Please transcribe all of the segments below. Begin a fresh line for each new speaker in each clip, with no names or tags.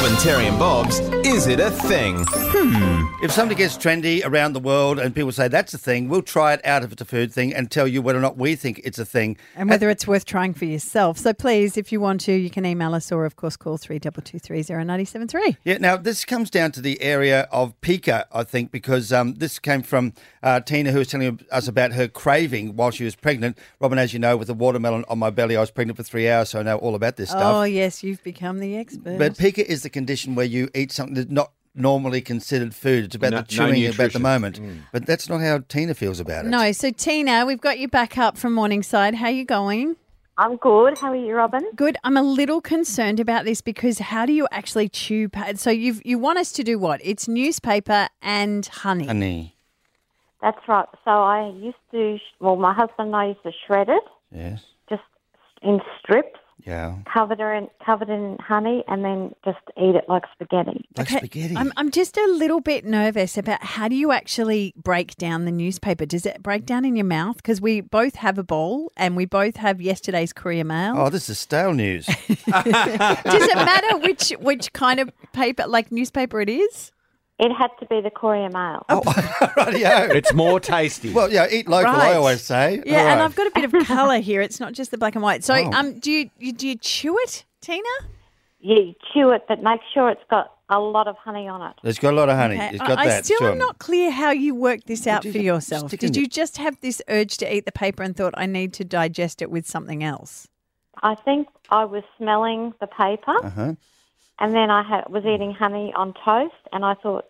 and Terry and Bob's Is It a Thing?
If something gets trendy around the world and people say that's a thing, we'll try it out if it's a food thing and tell you whether or not we think it's a thing.
and whether it's worth trying for yourself. So please, if you want to, you can email us or, of course, call three double two three zero ninety seven three.
Yeah, now this comes down to the area of pica, I think, because um, this came from uh, Tina, who was telling us about her craving while she was pregnant. Robin, as you know, with the watermelon on my belly, I was pregnant for three hours, so I know all about this stuff.
Oh yes, you've become the expert.
But pica is the condition where you eat something that's not normally considered food. It's about
No- no
the
Mm.
chewing about the
nutrition.
moment. But that's not how Tina feels about it.
no, so Tina, we've got you back up from Morningside. How you going?
I'm good. How are you, Robin?
Good. I'm a little concerned about this because how do you actually chew? Pa- so you you want us to do what? It's newspaper and honey.
Honey.
That's right. So I used to, sh- well, my husband and I used to shred it
Yes.
just in strips,
Yeah.
covered it in, covered in honey, and then just eat it like spaghetti.
Like
Okay,
spaghetti.
I'm, I'm just a little bit nervous about how do you actually break down the newspaper? Does it break down in your mouth? Because we both have a bowl and we both have yesterday's Courier Mail.
Oh, this is stale news.
Does it matter which which kind of paper, like newspaper, it is?
It had to be the Courier Mail.
Rightio.
It's more tasty.
Well, yeah, eat local.
Right.
I always say. Oh.
Yeah, and
Alright.
I've got a bit of colour here. It's not just the black and white. So, um, do you, you do you chew it, Tina?
You chew it, but make sure it's got a lot of honey on it.
It's got a lot of honey.
Okay,
It's
I-
got
I,
that.
still
to
am
'em.
not clear how you worked this out
did
for
you-
yourself.
stick in
Did
it.
you just have this urge to eat the paper and thought I need to digest it with something else?
I think I was smelling the paper, and then I had, was eating honey on toast, and I thought,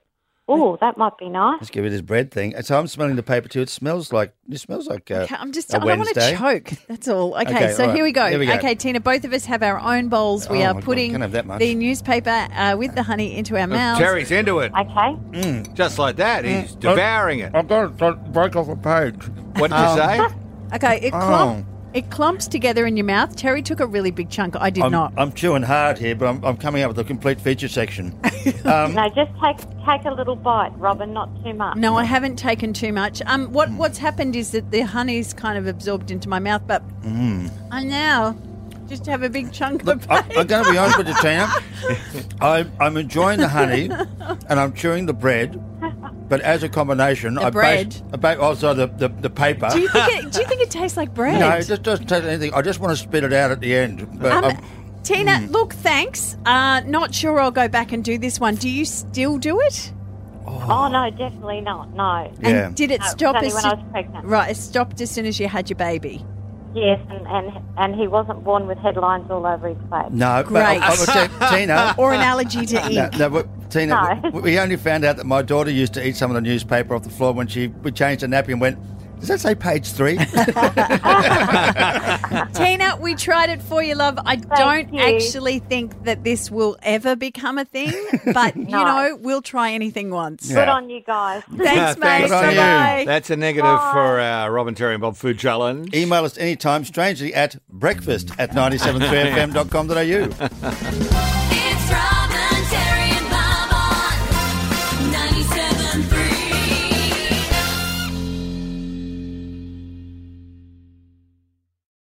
oh, that might be nice.
Let's give it this bread thing. And So I'm smelling the paper too. It smells like it smells like. Uh,
Okay, I'm just.
a
I don't want
Wednesday.
to choke. That's all. Okay,
Okay,
so
all right.
here we, go.
Here we go.
Okay, Tina, both of us have our own bowls. We
Oh,
are
my God,
putting
can't have that much.
the newspaper uh, with the honey into our mouths.
Terry's into it.
Okay.
Just like that. He's devouring it.
I've got to break off a page. Um,
What did you say?
Okay,
Oh.
it clump, it clumps together in your mouth. Terry took a really big chunk. I did
I'm,
not.
I'm chewing hard here, but I'm, I'm coming up with a complete feature section.
No, just take take a little bite, Robin, not too much.
no, I haven't taken too much. Um,
Hmm.
what what's happened is that the honey's kind of absorbed into my mouth, but I now just have a big chunk
Hmm. Look,
of.
I, I'm going to be honest with you, Tina. I'm, I'm enjoying the honey, and I'm chewing the bread. But as a combination, I
bread.
base, I base also the, the, the paper.
Do you think it? Do you think it tastes like bread?
no, it just doesn't taste anything. I just want to spit it out at the end. But
Um,
I'm-
Tina,
Hmm.
look, thanks. Uh, not sure I'll go back and do this one. Do you still do it?
Oh no, definitely not. No.
Yeah.
And did it
No, it was
stop
only
as
when
soo-
I was pregnant.
right? It stopped as soon as you had your baby.
Yes, and, and and he wasn't born with headlines all over his face.
no, but I, I would say, Tina,
Or an allergy to ink.
No, no, but Tina,
No.
w we only found out that my daughter used to eat some of the newspaper off the floor when she we changed the nappy and went. Does that say page three?
Tina, we tried it for you, love. I don't
you.
actually think that this will ever become a thing, but you
No.
know, we'll try anything once.
Yeah.
Good on you guys.
Yeah,
Thanks, mate.
thanks,
Good on
Bye
you.
bye.
That's a negative for uh, Robin Terry and Bob Food Challenge.
Email us anytime, strangely, at breakfast at 973fm.com.au.
It's Robin.